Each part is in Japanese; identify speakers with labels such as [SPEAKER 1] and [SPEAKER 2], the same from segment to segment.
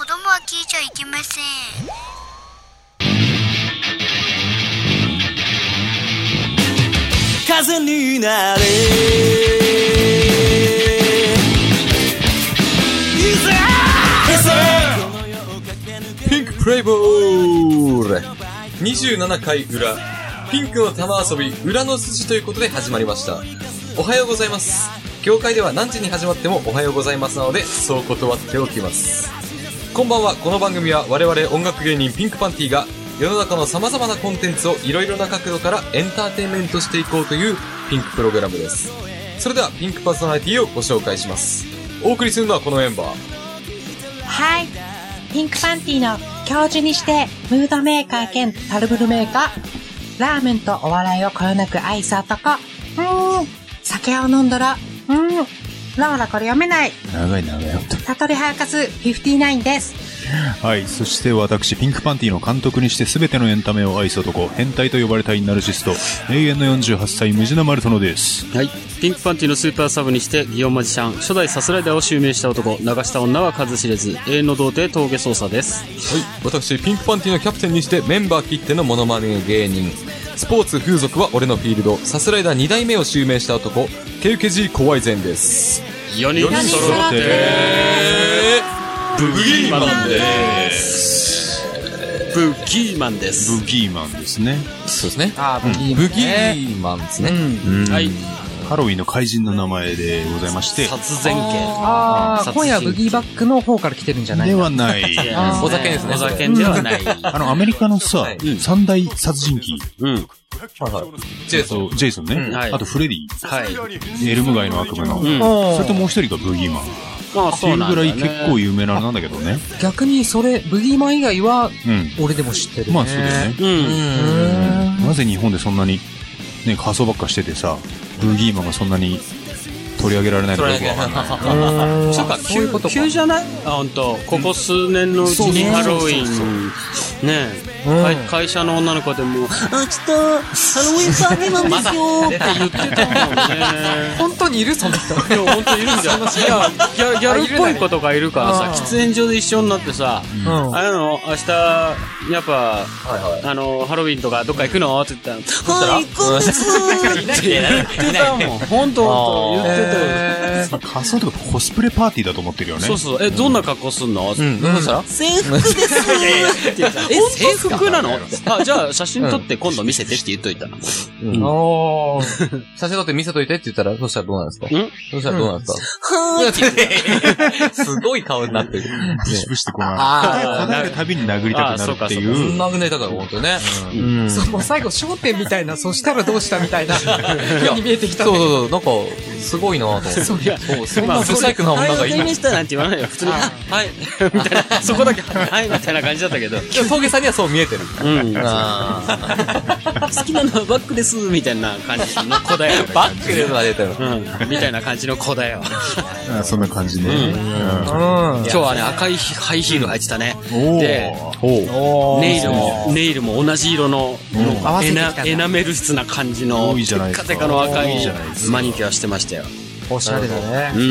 [SPEAKER 1] 以上いけません
[SPEAKER 2] 風になれ
[SPEAKER 3] ピンクプレイボール
[SPEAKER 4] 27回裏、ピンクの玉遊び、裏の筋ということで始まりました。おはようございます。業界では何時に始まってもおはようございますなので、そう断っておきます。こんばんは、この番組は我々音楽芸人ピンクパンティが世の中の様々なコンテンツをいろいろな角度からエンターテインメントしていこうというピンクプログラムです。それではピンクパーソナリティをご紹介します。お送りするのはこのメンバー。
[SPEAKER 5] はい。ピンクパンティの教授にして、ムードメーカー兼タルブルメーカー、ラーメンとお笑いをこよなく愛す男、うーん、酒を飲んどら、うーん、ラオラこれ読めない、
[SPEAKER 3] 長い長い。
[SPEAKER 5] 悟りはやかす59です。
[SPEAKER 3] はい。そして私、ピンクパンティの監督にして全てのエンタメを愛す男、変態と呼ばれたいナルシスト、永遠の48歳、ムジナマルトノです。
[SPEAKER 6] はい。ピンクパンティのスーパーサブにして、祇園マジシャン、初代サスライダーを襲名した男、流した女は数知れず、永遠の童貞峠捜査です。
[SPEAKER 4] はい、私ピンクパンティのキャプテンにしてメンバー切ってのモノマネ芸人スポーツ風俗は俺のフィールドサスライダー2代目を襲名した男ケウケジー怖い善です
[SPEAKER 6] 4人
[SPEAKER 4] 四人
[SPEAKER 6] 揃って、
[SPEAKER 4] ブギーマンで
[SPEAKER 6] ブギーマンです。
[SPEAKER 3] ブギーマンですね。
[SPEAKER 4] そうですね
[SPEAKER 7] あー、ブギーマ
[SPEAKER 4] ブ
[SPEAKER 7] ン
[SPEAKER 4] ギ
[SPEAKER 7] ね。
[SPEAKER 4] ーマンですね、
[SPEAKER 6] はい。
[SPEAKER 3] ハロウィンの怪人の名前でございまして、
[SPEAKER 6] 殺前家。
[SPEAKER 7] あ
[SPEAKER 6] 殺
[SPEAKER 7] あ、
[SPEAKER 6] 人
[SPEAKER 7] 今夜はブギーバックの方から来てるんじゃない
[SPEAKER 3] で
[SPEAKER 7] の
[SPEAKER 3] はない。
[SPEAKER 7] あー
[SPEAKER 4] お酒ですね
[SPEAKER 6] お酒では ない。
[SPEAKER 3] あの、アメリカのさ
[SPEAKER 4] はい、
[SPEAKER 3] 三大殺人鬼。
[SPEAKER 6] うん。
[SPEAKER 4] ジェイソン
[SPEAKER 3] そう、ジェイソンね
[SPEAKER 6] ん。はい
[SPEAKER 3] あと、フレディ。
[SPEAKER 6] はい。
[SPEAKER 3] エルム街の悪夢の。
[SPEAKER 6] うん。
[SPEAKER 3] それともう一人がブギーマン。っ
[SPEAKER 6] まあ、
[SPEAKER 3] てい
[SPEAKER 6] そう
[SPEAKER 3] う
[SPEAKER 6] なん
[SPEAKER 3] ぐ
[SPEAKER 6] だ
[SPEAKER 3] ら
[SPEAKER 6] よ
[SPEAKER 3] い
[SPEAKER 6] ね。
[SPEAKER 3] 結構有名なあれなんだけどね。
[SPEAKER 7] 逆にそれ、ブギーマン以外は、
[SPEAKER 3] う
[SPEAKER 7] 俺でも知ってる、
[SPEAKER 3] ん。まあそうだよね。
[SPEAKER 6] うん。
[SPEAKER 3] なぜ日本でそんなに、ね、仮装ばっかしててさ、ブギーマンがそんなに取り上げられないのかよくわかんない。
[SPEAKER 7] うん。
[SPEAKER 4] そうか
[SPEAKER 7] そういうことか。
[SPEAKER 6] 急じゃないあ、本当。ここ数年のうちにハロウィン。ねえ。会会社の女の子でも、あ、ちょっと、ハロウィンパーティーなんですよって言ってたもんね。
[SPEAKER 7] 本当にいるその人。
[SPEAKER 6] いや、本当いるんじゃん。いや、ギャギャルっぽい子とかいるからさ、
[SPEAKER 7] あいるね
[SPEAKER 6] 喫煙所で一緒になってさ、
[SPEAKER 7] うん。
[SPEAKER 6] あれなの、明日、やっぱ、あの、ハロウィンとかどっか行くのって言ったら、はい、行くんですって言ってたもん。本当本当言ってたよ。
[SPEAKER 7] え
[SPEAKER 3] 仮装とかコスプレパーティーだと思ってるよね。
[SPEAKER 6] そうそう、え、どんな格好すんのって
[SPEAKER 4] どうした
[SPEAKER 6] 言ってたえ、制服なのあ、じゃあ写真撮って今度見せてって言っといたの。
[SPEAKER 7] おー。
[SPEAKER 4] 写真撮って見せといてって言ったら、そしたらどうなんですか
[SPEAKER 6] ん
[SPEAKER 4] そしたらどうなんですかすごい顔になってる。ね
[SPEAKER 3] ぶしぶしてこな
[SPEAKER 7] あ
[SPEAKER 3] い。答えるたびに殴りたくなるってい
[SPEAKER 4] そん
[SPEAKER 3] う。
[SPEAKER 4] なぐねだから、本当にね。
[SPEAKER 7] あ。そう、もう最後、焦点みたいな、そしたらどうしたみたいな、風に見えてきた
[SPEAKER 4] そ
[SPEAKER 7] ね。
[SPEAKER 4] うそうそう、なんか、すごいなと思って。
[SPEAKER 6] いや、
[SPEAKER 4] そう、そんな不細工な
[SPEAKER 6] はい、
[SPEAKER 4] 女がい
[SPEAKER 6] わかり
[SPEAKER 4] る
[SPEAKER 6] ま。したなんて言わないよ。普通に、はい、みたいな、そこだけ、はい、みたいな感じだったけど。
[SPEAKER 4] でも峠さんにはそう見えてる。
[SPEAKER 6] うん。
[SPEAKER 4] あ
[SPEAKER 6] 好きなのはバックです、みたいな感じの子だよ。
[SPEAKER 4] ーバックでまで出たの。
[SPEAKER 6] うん、みたいな感じの子だよ。
[SPEAKER 3] あそんな感じね。うん
[SPEAKER 7] うん。
[SPEAKER 6] 今日はね、赤いハイヒール履いてたね。
[SPEAKER 3] お
[SPEAKER 6] で
[SPEAKER 3] ーおー
[SPEAKER 7] おー
[SPEAKER 6] ネイルも、ネイルも同じ色の、
[SPEAKER 7] 合わせ
[SPEAKER 6] エ
[SPEAKER 7] てきた
[SPEAKER 6] ナ
[SPEAKER 7] んだ
[SPEAKER 6] エナメル質な感じの、
[SPEAKER 3] いいじゃない
[SPEAKER 6] テ
[SPEAKER 3] です
[SPEAKER 6] カ
[SPEAKER 3] か
[SPEAKER 6] テカの赤
[SPEAKER 3] いい
[SPEAKER 6] い
[SPEAKER 3] じゃないです
[SPEAKER 6] マニキュアしてましたよ。
[SPEAKER 7] おしゃれだ
[SPEAKER 6] う
[SPEAKER 7] ね。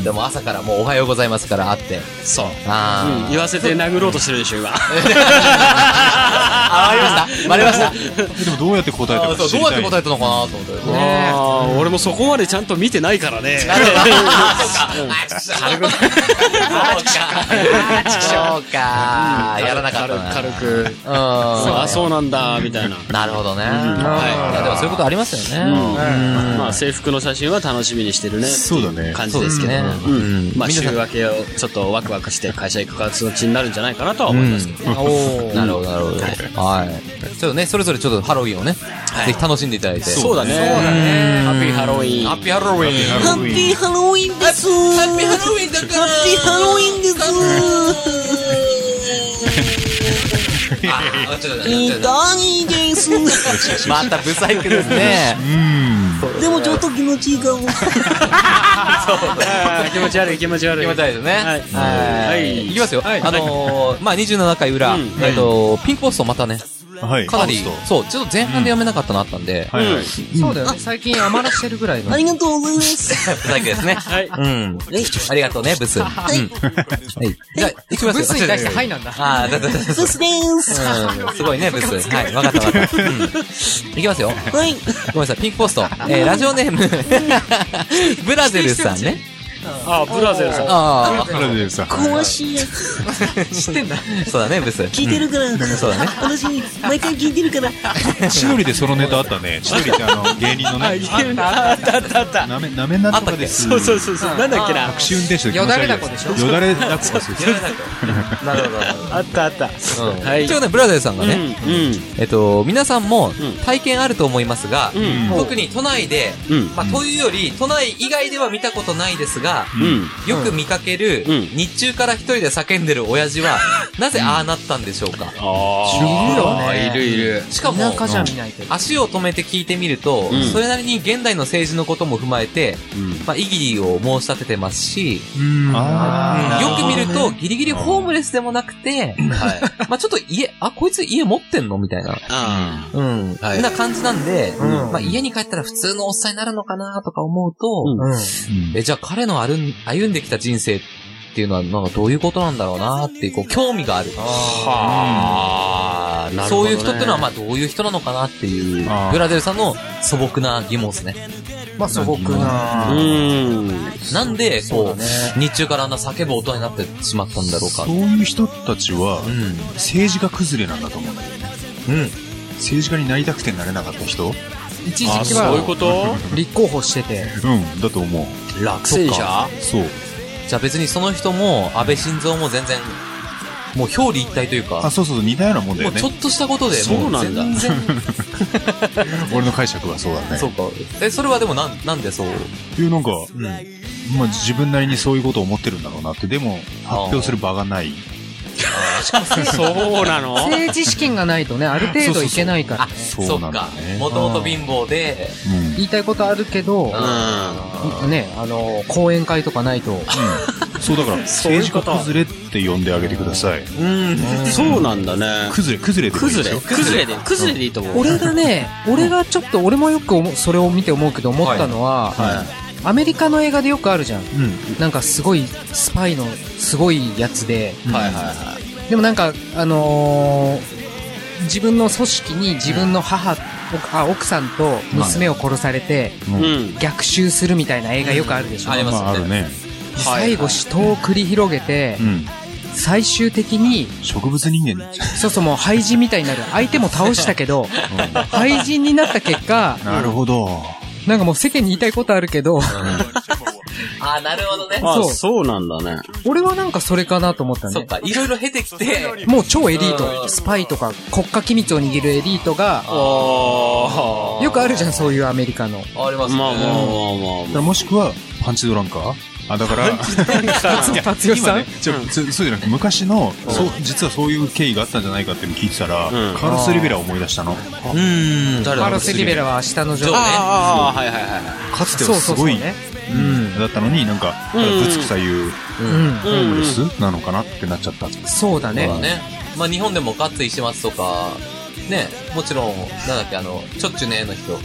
[SPEAKER 6] ん。
[SPEAKER 4] でも朝からもうおはようございますから会って。
[SPEAKER 6] そう。
[SPEAKER 4] あ
[SPEAKER 6] うん言わせて殴ろうとしてるでしょ、今。
[SPEAKER 4] あ、バレましたバレました
[SPEAKER 3] でもどうやって答えた
[SPEAKER 4] あ
[SPEAKER 3] か
[SPEAKER 4] そう
[SPEAKER 3] 知
[SPEAKER 4] どう
[SPEAKER 3] り
[SPEAKER 4] やったて
[SPEAKER 3] い。
[SPEAKER 4] 答えたのかなと思って。
[SPEAKER 7] ね
[SPEAKER 6] あー俺もそこまでちゃんと見てないからね。
[SPEAKER 4] 軽く。そうか。そうか。やらなかったな。
[SPEAKER 6] 軽く。軽く
[SPEAKER 4] うん。
[SPEAKER 6] あ、そうなんだ、みたいな。
[SPEAKER 4] なるほどね。はい。いやでもそういうことありますよね。
[SPEAKER 6] まあ制服の写真は楽しみにしてるね。
[SPEAKER 3] そうだね
[SPEAKER 6] 感じですけど。
[SPEAKER 4] そうですね
[SPEAKER 6] うん
[SPEAKER 4] うん
[SPEAKER 6] まあ
[SPEAKER 4] 皆
[SPEAKER 6] 週
[SPEAKER 4] さん
[SPEAKER 6] 明けをちょっとワクワクして会社行く形になるんじゃないかなとは思いますけど。
[SPEAKER 4] おーなるほど、なるほど。はい。ちょっとね、それぞれちょっとハロウィンをね、ぜひ楽しんでいただいて。
[SPEAKER 6] そうだね。そうだね。ハッピーハロウィン。
[SPEAKER 4] ハッピーハロウィン。
[SPEAKER 3] ハロウィ
[SPEAKER 4] ハッピ
[SPEAKER 3] ン
[SPEAKER 4] ーハロウィンだから ハッピーハロウィンですーいいダニーですまたブサイクですね。
[SPEAKER 8] でもちょっと気持ちいいかも。
[SPEAKER 6] あー気持ち悪い気持ち悪い。
[SPEAKER 4] 決めたいですね。
[SPEAKER 6] はい
[SPEAKER 4] はい。いきますよ。あのー、まあ、27回裏、
[SPEAKER 6] うん
[SPEAKER 4] えっと、ピンクポストまたね、
[SPEAKER 3] はい。
[SPEAKER 4] かなり
[SPEAKER 3] ホス、
[SPEAKER 4] そう、ちょっと前半で読めなかったのあったんで
[SPEAKER 3] ト。、はいはい。
[SPEAKER 5] そうだよね。最近余らしてるぐらいの
[SPEAKER 8] あ。りがとうございます。
[SPEAKER 4] 大輝ですね。
[SPEAKER 6] はい。
[SPEAKER 4] うん。
[SPEAKER 8] はい。
[SPEAKER 4] ありがとうね、ブス。うん。はい。じゃあ、行きますよ。
[SPEAKER 5] ブスに対してはいなんだ。
[SPEAKER 4] ああ、だだだだ
[SPEAKER 8] ブスでーす。
[SPEAKER 4] うんすごいね、ブス。はい、わかったわかった。うん。いきますよ。
[SPEAKER 8] はい。
[SPEAKER 4] ごめんなさい、ピンクポスト。えー、ラジオネーム、ブラゼルさんね。
[SPEAKER 6] あ、ブラゼルさん。
[SPEAKER 4] あ
[SPEAKER 3] カラデルさん。
[SPEAKER 8] 詳しいやつ。
[SPEAKER 5] 知ってんだ。
[SPEAKER 4] あ、そうだね、ブス。
[SPEAKER 8] 聞いてるから。
[SPEAKER 4] そうだね。
[SPEAKER 8] 私、毎回聞いてるから。
[SPEAKER 3] 千鳥でそのネタあったね。千鳥ってあの、芸人のね。
[SPEAKER 6] あったあったあった。
[SPEAKER 3] なめ、なめなんとかです。
[SPEAKER 6] そうそうそうそう。なんだっけな
[SPEAKER 3] タ。クシー運転手で気持ち悪いやつよ
[SPEAKER 5] よ
[SPEAKER 3] だれだっこです。
[SPEAKER 4] なるほど。
[SPEAKER 6] あったあった。はい。
[SPEAKER 4] 一応ね、ブラゼルさんが
[SPEAKER 6] うん。う
[SPEAKER 4] ね、えっと、皆さんも体験あると思いますが、
[SPEAKER 6] ん。
[SPEAKER 4] 特に都内で、
[SPEAKER 6] うん。
[SPEAKER 4] まあ、というより、都内以外では見たことないですが、
[SPEAKER 6] うん。
[SPEAKER 4] よく見かける、
[SPEAKER 6] うん
[SPEAKER 4] 日中から一人で叫んでる親父は、なぜああなったんでしょうか。
[SPEAKER 5] あーいる
[SPEAKER 4] いる。しかも、
[SPEAKER 5] 田舎じゃ見ないけど。
[SPEAKER 4] 足を止めて聞いてみると、
[SPEAKER 6] うん
[SPEAKER 4] それなりに現代の政治のことも踏まえて、
[SPEAKER 6] うん。
[SPEAKER 4] まあ、意義を申し立ててますし、
[SPEAKER 3] あ
[SPEAKER 4] よく見ると、ギリギリホームレスでもなくて、まあちょっと家、あ、こいつ家持ってんのみたいな、
[SPEAKER 6] あ
[SPEAKER 4] うん、
[SPEAKER 9] はい
[SPEAKER 4] な感じなんで、
[SPEAKER 5] ん
[SPEAKER 4] まあ家に帰ったら普通のおっさんになるのかなとか思うと、
[SPEAKER 6] うん
[SPEAKER 4] え、じゃあ彼の歩ん歩んできた人生っていうのは、なんかどういうことなんだろうなっていう、こう、興味がある。
[SPEAKER 6] はあ、なるほ
[SPEAKER 4] そ
[SPEAKER 6] ど。
[SPEAKER 4] ういう人ってのは、まあどういう人なのかなっていう
[SPEAKER 3] あ、ー
[SPEAKER 4] ブラゼルさんの素朴な疑問ですね。
[SPEAKER 5] まあ素朴な。
[SPEAKER 6] うん。
[SPEAKER 4] なんで、こう、
[SPEAKER 5] ね
[SPEAKER 4] 日中からあんな叫ぶ音になってしまったんだろうか
[SPEAKER 3] そう。いう人たちは
[SPEAKER 4] う、ん。
[SPEAKER 3] 政治家崩れなんだと思うんだよね。
[SPEAKER 4] うん。
[SPEAKER 3] 政治家になりたくてなれなかった人
[SPEAKER 5] 一
[SPEAKER 6] あ、
[SPEAKER 5] 時期
[SPEAKER 6] そういう
[SPEAKER 5] は
[SPEAKER 6] こと
[SPEAKER 5] 立候補してて。
[SPEAKER 3] うん、だと思う。
[SPEAKER 4] 落選者
[SPEAKER 3] そう。
[SPEAKER 4] じゃあ別にその人も、安倍晋三も全然、もう表裏一体という
[SPEAKER 3] あ、
[SPEAKER 4] か、
[SPEAKER 3] そうそうそう、似たようなもんだ
[SPEAKER 4] も
[SPEAKER 3] よ
[SPEAKER 4] う
[SPEAKER 3] ね
[SPEAKER 4] ちょ。っとしたことで、
[SPEAKER 6] そう
[SPEAKER 4] も
[SPEAKER 6] なんだ
[SPEAKER 4] 全然、
[SPEAKER 3] 俺の解釈はそうだね。
[SPEAKER 4] そうか。え、それはでもなん、なんでそう
[SPEAKER 3] っていうなんか、まあ自分なりにそういうことを思ってるんだろうなって、でも、発表する場がない。
[SPEAKER 6] そうなの
[SPEAKER 5] 政治資金がないとね、ある程度いけないからね。
[SPEAKER 3] そ
[SPEAKER 4] っ
[SPEAKER 3] うなんだ
[SPEAKER 4] か
[SPEAKER 3] ね。。
[SPEAKER 4] もともと貧乏で、
[SPEAKER 3] うん
[SPEAKER 5] 言いたいことあるけど、ね、あの、講演会とかないと。
[SPEAKER 3] そうだから、
[SPEAKER 6] そうい
[SPEAKER 3] 政
[SPEAKER 6] う
[SPEAKER 3] 治
[SPEAKER 6] こ
[SPEAKER 3] 家
[SPEAKER 6] と
[SPEAKER 3] 崩れって呼んであげてください。
[SPEAKER 6] そうなんだね。
[SPEAKER 3] 崩れ、崩れでもいいで
[SPEAKER 6] 崩
[SPEAKER 3] すよ
[SPEAKER 6] れ。崩れで、崩れでいいと思う。
[SPEAKER 5] 俺がね、俺がちょっと、俺もよく思うそれを見て思うけど思ったのは、アメリカの映画でよくあるじゃん。なんかすごい、スパイのすごいやつで、
[SPEAKER 9] はいはいは
[SPEAKER 5] でもなんか、あのー自分の組織に自分の母、おあ奥さんと娘を殺されて、
[SPEAKER 6] うん。
[SPEAKER 5] 逆襲するみたいな映画よくあるでしょ。
[SPEAKER 4] あり
[SPEAKER 3] ま
[SPEAKER 4] ます
[SPEAKER 3] あ、あ
[SPEAKER 4] よ
[SPEAKER 3] る
[SPEAKER 4] ね。
[SPEAKER 3] ね。
[SPEAKER 5] 最後死闘を繰り広げて、
[SPEAKER 3] うん。
[SPEAKER 5] 最終的に、
[SPEAKER 3] 植物人間じゃ
[SPEAKER 5] そうそうもう廃人みたいになる。相手も倒したけど、 廃人になった結果
[SPEAKER 3] ん。、なるほど。
[SPEAKER 5] なんかもう世間に言いたいことあるけど、
[SPEAKER 4] あ、なるほどね。
[SPEAKER 6] あ、
[SPEAKER 5] そう
[SPEAKER 6] そうなんだね。
[SPEAKER 5] 俺はなんかそれかなと思った
[SPEAKER 4] そっ
[SPEAKER 5] ね。
[SPEAKER 4] か。いろいろ経てきて、
[SPEAKER 5] もう超エリー
[SPEAKER 4] う
[SPEAKER 5] ト、
[SPEAKER 4] ん
[SPEAKER 5] スパイとか国家機密を握るエリートが、
[SPEAKER 6] あ
[SPEAKER 5] よくあるじゃん、そういうアメリカの。
[SPEAKER 4] ありま
[SPEAKER 6] あ。
[SPEAKER 4] すね。
[SPEAKER 6] まあまあまあ
[SPEAKER 3] だ
[SPEAKER 6] ま
[SPEAKER 3] からもしくは、パンチドランカーあ、だから、
[SPEAKER 5] 一発よしさ
[SPEAKER 3] 今
[SPEAKER 5] ん
[SPEAKER 3] ね、 ちょ、つそうじゃなくて、昔の、そう、実はそういう経緯があったんじゃないかっていうの聞いてた
[SPEAKER 6] う
[SPEAKER 3] ら、
[SPEAKER 6] ん
[SPEAKER 3] カールス・リベラを思い出したの。
[SPEAKER 4] うーん、誰
[SPEAKER 5] カ
[SPEAKER 4] だろ
[SPEAKER 5] ロ
[SPEAKER 4] う
[SPEAKER 5] ス・リベラは明日の
[SPEAKER 4] ジ
[SPEAKER 5] ジョ
[SPEAKER 4] ョ
[SPEAKER 5] ー
[SPEAKER 4] ーね
[SPEAKER 6] あ。ああ、はいはいはい。
[SPEAKER 3] かつて
[SPEAKER 5] そ
[SPEAKER 3] は
[SPEAKER 5] うそ
[SPEAKER 3] す
[SPEAKER 5] うそう
[SPEAKER 3] ごい、
[SPEAKER 5] ね。
[SPEAKER 3] うんだったのに、なんか、
[SPEAKER 6] うん
[SPEAKER 3] ぶつくさいう、
[SPEAKER 5] うん。
[SPEAKER 3] ホームレス
[SPEAKER 6] うん
[SPEAKER 3] なのかなってなっちゃった。う
[SPEAKER 5] そうだね。
[SPEAKER 4] ね。まあ日本でもガッツ石松とか、ね、もちろん、なんだっけ、あの、ちょっちゅねの人。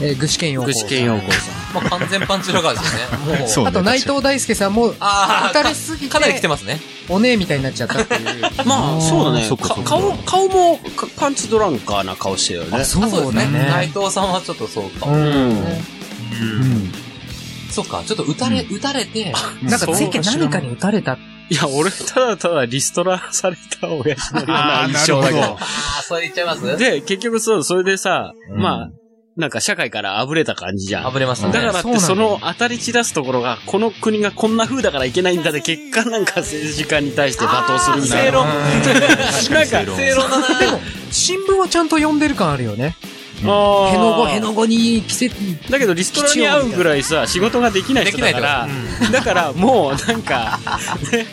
[SPEAKER 5] えー具志堅用
[SPEAKER 6] 具志
[SPEAKER 5] 高さん。
[SPEAKER 6] 堅用高さ
[SPEAKER 4] まあ完全パンチラガーですよね。もう、
[SPEAKER 3] そう
[SPEAKER 5] あと内藤大輔さんも、
[SPEAKER 4] あ
[SPEAKER 5] 打
[SPEAKER 4] ー
[SPEAKER 5] たれすぎて、
[SPEAKER 4] かなり来てますね。
[SPEAKER 5] お姉みたいになっちゃったっていう。
[SPEAKER 6] ん。まあ、そうだね
[SPEAKER 3] そっ。か
[SPEAKER 6] か
[SPEAKER 3] そっか
[SPEAKER 6] 顔、顔もかパンチドランカーな顔してるよね。
[SPEAKER 4] あそうですね。内
[SPEAKER 5] ね。
[SPEAKER 4] 藤さんはちょっとそうか。
[SPEAKER 6] うん。
[SPEAKER 4] そうか、ちょっと打たれ、打たれて、
[SPEAKER 5] なんか、ぜひ何かに打たれた。
[SPEAKER 6] いや、俺、ただただリストラされた親父のような印象だけど。
[SPEAKER 4] ああ、それ言っちゃいます
[SPEAKER 6] で、結局そう、それでさ、
[SPEAKER 3] ん
[SPEAKER 6] まあ、なんか社会からあぶれた感じじゃ
[SPEAKER 4] あ
[SPEAKER 6] ん。
[SPEAKER 4] ぶれました
[SPEAKER 6] だ
[SPEAKER 4] ね。
[SPEAKER 6] からっ
[SPEAKER 5] そう
[SPEAKER 6] て
[SPEAKER 5] なんだ
[SPEAKER 6] その当たり散らすところが、この国がこんな風だからいけないんだで、結果なんか政治家に対して罵倒するみたいな。
[SPEAKER 4] 論。
[SPEAKER 6] なんか、
[SPEAKER 4] 正論だな。
[SPEAKER 5] 新聞はちゃんと読んでる感あるよね。
[SPEAKER 3] ん
[SPEAKER 6] あー
[SPEAKER 5] へのごへのごに着せ、
[SPEAKER 6] だけどリストラに会うぐらいさ仕事ができない人だから、だからもうなんか、ね、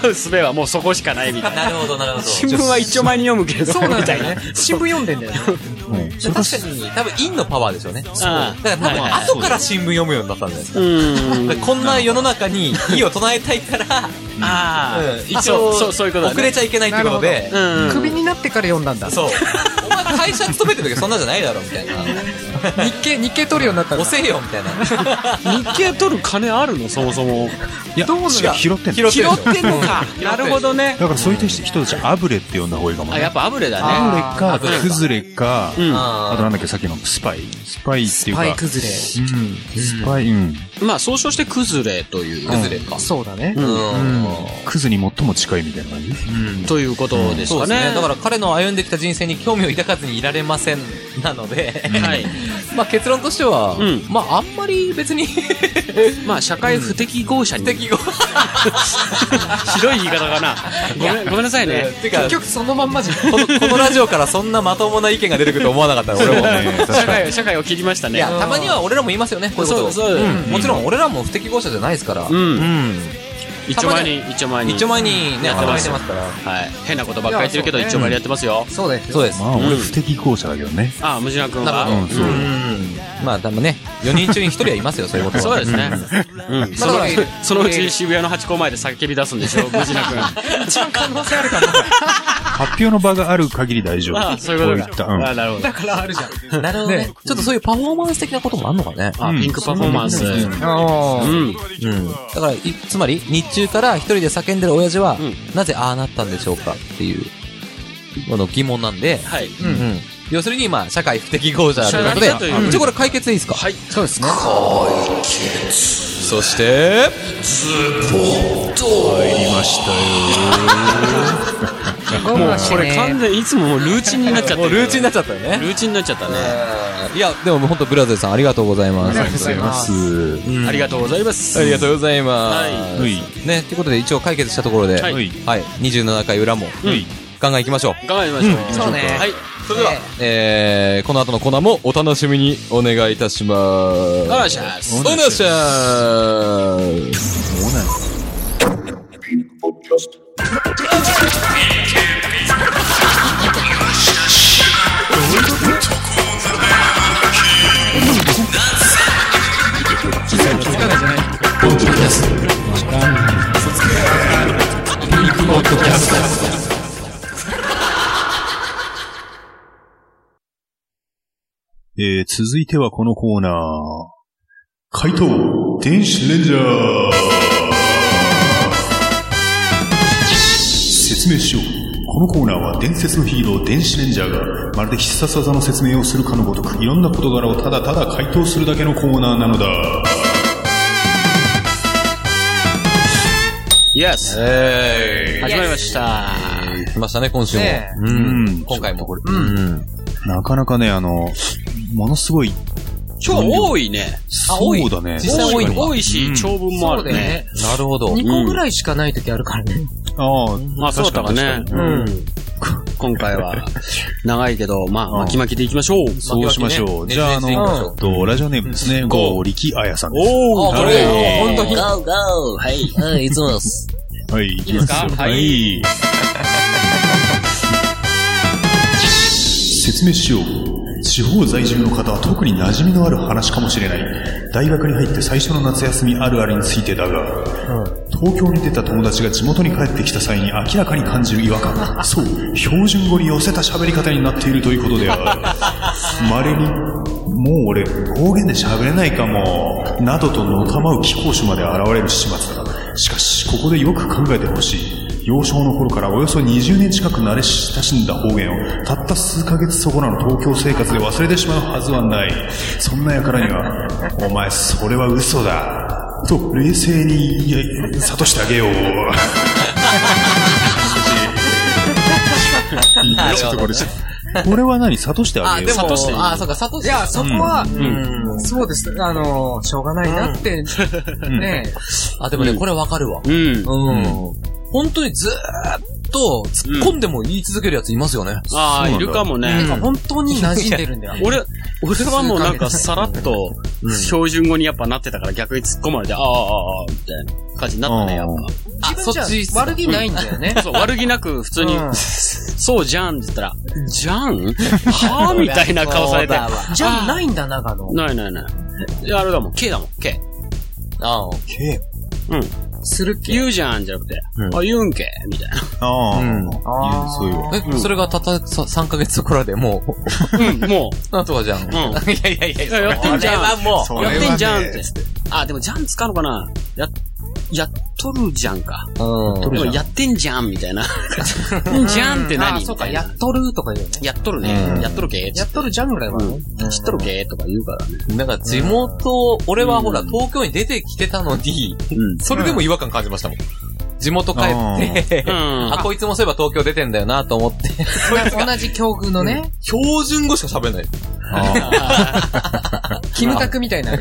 [SPEAKER 6] 抗う術はもうそこしかないみたいな
[SPEAKER 4] なるほど、なるほど。
[SPEAKER 6] 新聞は一丁前に読むけど
[SPEAKER 5] そうな
[SPEAKER 6] み
[SPEAKER 5] ん
[SPEAKER 6] た
[SPEAKER 5] だ
[SPEAKER 6] い
[SPEAKER 5] よ
[SPEAKER 6] な
[SPEAKER 5] ね。新聞読んでんだよね。
[SPEAKER 4] 確かに、多分、陰のパワーでしょうね。だ
[SPEAKER 6] あ
[SPEAKER 4] から多分、後から新聞読むようになったんじゃないですか。
[SPEAKER 6] うーん
[SPEAKER 4] だからこんな世の中に異を唱えたいから、
[SPEAKER 6] あー、
[SPEAKER 4] うん
[SPEAKER 6] あ
[SPEAKER 4] 一
[SPEAKER 6] そ
[SPEAKER 4] 応
[SPEAKER 6] うそうそういうことだね
[SPEAKER 4] 遅れちゃいけないってことで、
[SPEAKER 6] うん
[SPEAKER 5] クビになってから読んだんだ。
[SPEAKER 4] そう。お前会社勤めてる時そんなじゃないだろ、みたいな。
[SPEAKER 5] 日経、日経取るようになったんだ
[SPEAKER 4] 押せよ、みたいな。
[SPEAKER 6] 日経取る金あるのそもそも
[SPEAKER 3] いや、違う、拾ってんの。
[SPEAKER 4] 拾ってんの
[SPEAKER 6] かなるほどね
[SPEAKER 3] だからそういう人たち、アブレって呼んだ方がいいかも
[SPEAKER 6] あ
[SPEAKER 3] ね
[SPEAKER 6] やっ。ぱアブレだね
[SPEAKER 3] アブレか
[SPEAKER 4] アブレ、か
[SPEAKER 3] クズレか、
[SPEAKER 6] うん
[SPEAKER 3] あとなんだっけ、さっきのスパイ。スパイっていう
[SPEAKER 5] パイ
[SPEAKER 3] か、
[SPEAKER 5] 崩れ。
[SPEAKER 3] うん。スパイ、うん。
[SPEAKER 6] まあ総称して崩れという
[SPEAKER 4] 崩れか。
[SPEAKER 5] そうだね。
[SPEAKER 4] うん。
[SPEAKER 3] クズに最も近いみたいな感じ
[SPEAKER 6] ということです
[SPEAKER 4] そう
[SPEAKER 6] か
[SPEAKER 4] です
[SPEAKER 6] ね
[SPEAKER 4] ね。だから彼の歩んできた人生に興味を抱かずにいられませんなので、
[SPEAKER 6] はい
[SPEAKER 4] まあ結論としては、
[SPEAKER 6] うん
[SPEAKER 4] まああんまり別に
[SPEAKER 6] まあ社会不適合者に
[SPEAKER 4] 適合。
[SPEAKER 6] ひどい言い方かなごめんごめんなさいね
[SPEAKER 4] てか
[SPEAKER 5] 結、局そのまんまじゃん。
[SPEAKER 4] このこのラジオからそんなまともな意見が出てくると思わなかったの俺も。
[SPEAKER 3] ね。
[SPEAKER 6] 社会社会を切りました
[SPEAKER 4] い
[SPEAKER 6] ね
[SPEAKER 4] や、たまには俺らも言いますよね、こういうこと。
[SPEAKER 6] そうそう
[SPEAKER 4] うんもちろん俺らも不適合者じゃないですから。
[SPEAKER 6] う
[SPEAKER 4] うんん。
[SPEAKER 6] 一丁前に一丁前に
[SPEAKER 4] 一丁前にね、
[SPEAKER 6] やって
[SPEAKER 4] 働
[SPEAKER 6] ま
[SPEAKER 4] い
[SPEAKER 6] す
[SPEAKER 4] てますから。
[SPEAKER 6] はい変なことばっかり言ってるけど
[SPEAKER 5] いや
[SPEAKER 6] 一
[SPEAKER 5] そ
[SPEAKER 6] 丁
[SPEAKER 5] う
[SPEAKER 6] 前にやってますよ
[SPEAKER 5] そうですよ。
[SPEAKER 4] そうです。
[SPEAKER 3] まあ、俺不適合者だけどね。
[SPEAKER 6] ああムジナ君
[SPEAKER 4] な
[SPEAKER 6] が
[SPEAKER 4] るほど。
[SPEAKER 3] うん
[SPEAKER 4] うん。まあ、多分ね、4人中に1人はいますよ、そういうことは。
[SPEAKER 6] そうですねうんその
[SPEAKER 5] まあだから
[SPEAKER 6] そのうち渋谷のハチ公前で叫び出すんでしょムジナ君
[SPEAKER 5] 一番可能性あるからな。
[SPEAKER 3] 発表の場がある限り大丈夫。
[SPEAKER 6] ああそういう
[SPEAKER 3] こ
[SPEAKER 6] こ
[SPEAKER 3] いっ
[SPEAKER 6] と
[SPEAKER 3] た
[SPEAKER 6] か
[SPEAKER 3] うん
[SPEAKER 6] ああなるほど
[SPEAKER 5] だからあるじゃん。
[SPEAKER 4] なるほどね。ちょっとそういうパフォーマンス的なこともあんのかね。
[SPEAKER 6] あピンクパフォーマンス
[SPEAKER 3] うん
[SPEAKER 5] あ
[SPEAKER 6] うん
[SPEAKER 4] うん。だから、いつまり、日中から一人で叫んでる親父は、
[SPEAKER 6] ん
[SPEAKER 4] なぜああなったんでしょうかっていう、この疑問なんで、
[SPEAKER 6] はい
[SPEAKER 4] うん。要するに、まあ、社会不適合者ということで
[SPEAKER 6] 社会不適合者という、
[SPEAKER 4] うん一応これ解決でいいですか
[SPEAKER 6] はい
[SPEAKER 5] そうですね。
[SPEAKER 4] そして、
[SPEAKER 3] 入りましたよ。
[SPEAKER 5] も
[SPEAKER 6] もうこれ完全にいつももうルーチンになっちゃって
[SPEAKER 4] もう
[SPEAKER 6] る
[SPEAKER 4] ルーチンになっちゃったよね。
[SPEAKER 6] ルーチンになっちゃったね
[SPEAKER 4] いや、でも本当ブラザーさんありがとうございます。
[SPEAKER 5] ありがとうございます
[SPEAKER 3] す。
[SPEAKER 6] ありがとうございます
[SPEAKER 4] ありがとうございます。
[SPEAKER 3] はい
[SPEAKER 4] ね、ということで一応解決したところで、
[SPEAKER 6] はい
[SPEAKER 4] はい、27回裏も、
[SPEAKER 6] うん
[SPEAKER 4] ガンガン行きましょう。
[SPEAKER 6] 頑張りましょう
[SPEAKER 5] そうね
[SPEAKER 6] はいそれでは
[SPEAKER 5] ね
[SPEAKER 4] えー、この後のコーナーもお楽しみにお願いいたします。
[SPEAKER 6] お願いします
[SPEAKER 4] お願いします。
[SPEAKER 3] えー、続いてはこのコーナー。怪盗電子レンジャー説明しよう。このコーナーは伝説のヒーロー電子レンジャーがまるで必殺技の説明をするかのごとくいろんな事柄をただただ回答するだけのコーナーなのだ。
[SPEAKER 6] イエス
[SPEAKER 4] え
[SPEAKER 6] 始まりました
[SPEAKER 4] ー、来ましたね、今週も。
[SPEAKER 5] ね
[SPEAKER 4] う
[SPEAKER 3] うん
[SPEAKER 4] ん。今回も。うん。
[SPEAKER 3] なかなかね、あの、ものすごい、
[SPEAKER 6] 今日多いね
[SPEAKER 3] そうだね。
[SPEAKER 4] 実際多いのか
[SPEAKER 6] 多いし
[SPEAKER 3] うん
[SPEAKER 6] 長文も
[SPEAKER 5] そ
[SPEAKER 6] あ
[SPEAKER 5] う
[SPEAKER 6] る
[SPEAKER 5] だよ
[SPEAKER 6] ね
[SPEAKER 5] ね。
[SPEAKER 4] なるほど。
[SPEAKER 5] 2個ぐらいしかない時あるからね。
[SPEAKER 3] ああ、
[SPEAKER 6] まあそうだったかね
[SPEAKER 3] 確かに確かにうん
[SPEAKER 6] 今回は 長いけどまあ
[SPEAKER 3] ん
[SPEAKER 6] 巻き巻きでいきましょう
[SPEAKER 3] そうしましょう。
[SPEAKER 4] ね
[SPEAKER 3] じゃあ、あの、
[SPEAKER 4] ね
[SPEAKER 3] え
[SPEAKER 4] ねね
[SPEAKER 3] っと、ラジオネームですね。ゴーリキアヤさんです。
[SPEAKER 6] お
[SPEAKER 4] あこれ
[SPEAKER 6] はい
[SPEAKER 4] 本当に
[SPEAKER 10] ゴーゴーはい、はい、いつもです。
[SPEAKER 3] はい、いき
[SPEAKER 6] いいで
[SPEAKER 3] ますよ
[SPEAKER 6] すか
[SPEAKER 3] は
[SPEAKER 6] はい
[SPEAKER 3] い。説明しよう。地方在住の方は特に馴染みのある話かもしれない。大学に入って最初の夏休みあるあるについてだが、東京に出た友達が地元に帰ってきた際に明らかに感じる違和感。そう、標準語に寄せた喋り方になっているということである。稀に、もう俺、方言で喋れないかも、などとのたまう貴公子まで現れる始末だ。しかし、ここでよく考えてほしい。幼少の頃からおよそ20年近く慣れ親しんだ方言をたった数ヶ月そこらの東京生活で忘れてしまうはずはない。そんな輩には、お前それは嘘だ。と、冷静に、いや諭してあげよう。ちょっとこれ、これは何諭してあ
[SPEAKER 4] あ、
[SPEAKER 3] げ
[SPEAKER 4] で
[SPEAKER 3] よう。
[SPEAKER 4] も、
[SPEAKER 6] としていい
[SPEAKER 4] あ、そうか、サトシ。
[SPEAKER 5] いや、そこは、そうです。あの、しょうがないなって、ね
[SPEAKER 4] あ、でもね、これわかるわ。
[SPEAKER 6] うん
[SPEAKER 4] うん。本当にずーっと、突っ込んでも言い続けるやついますよね。
[SPEAKER 6] ああ、いるかもね。
[SPEAKER 5] なんか本当に馴染んでるんだ よ。
[SPEAKER 6] 俺、俺はもうなんかさらっと、標準語にやっぱなってたから逆に突っ込まれて、あーあー、あーみたいな感じになったね、やっ
[SPEAKER 4] あ、そっち、
[SPEAKER 5] じゃ悪気ないんだよね
[SPEAKER 6] ぱ。。そう、悪気なく普通に
[SPEAKER 5] う、ん
[SPEAKER 6] そうじゃんって言ったら、じゃんはぁみたいな顔されて。
[SPEAKER 5] じゃあないんだ、長野。
[SPEAKER 6] ないないない。いやあれだもん、K だもん、K。
[SPEAKER 4] ああ。
[SPEAKER 3] け
[SPEAKER 5] するっけ
[SPEAKER 6] 言うじゃんじゃなくて、
[SPEAKER 3] うん
[SPEAKER 6] あ、言うんけみたいな。
[SPEAKER 3] ああ、
[SPEAKER 4] うん
[SPEAKER 3] いいねそういうわ。
[SPEAKER 4] え、それがたったさ3ヶ月くらいでもう、
[SPEAKER 6] う ん、も
[SPEAKER 4] なんとかじゃ
[SPEAKER 6] う、
[SPEAKER 4] ん。
[SPEAKER 6] うん。
[SPEAKER 4] いやいやいや、
[SPEAKER 6] いややってんじゃん
[SPEAKER 4] それはも
[SPEAKER 3] それは
[SPEAKER 6] や
[SPEAKER 3] ね
[SPEAKER 6] ってんじゃんって。あ、でもじゃん使うのかなや、やっとるじゃんか。
[SPEAKER 4] う。うん。
[SPEAKER 6] でもやってんじゃんみたいな。じゃんって
[SPEAKER 5] あ
[SPEAKER 6] 何
[SPEAKER 5] あ、
[SPEAKER 6] み
[SPEAKER 5] そう
[SPEAKER 6] た
[SPEAKER 5] か、
[SPEAKER 6] い
[SPEAKER 5] や
[SPEAKER 6] な。
[SPEAKER 5] っとるとか言うよね。
[SPEAKER 6] やっとるね。やっとるけ
[SPEAKER 5] やっとるじゃんぐらいはね。
[SPEAKER 6] 知っとるけとか言うからね。
[SPEAKER 4] なんか地元、俺はほら、
[SPEAKER 6] うん
[SPEAKER 4] 東京に出てきてたのに、
[SPEAKER 6] うん。
[SPEAKER 4] それでも違和感感じましたもん。地元帰って、
[SPEAKER 6] うん
[SPEAKER 4] あ、こいつもそういえば東京出てんだよなと思って、
[SPEAKER 5] 同じ境遇のね、
[SPEAKER 4] 標準語しか喋んない。
[SPEAKER 5] キムタクみたいな。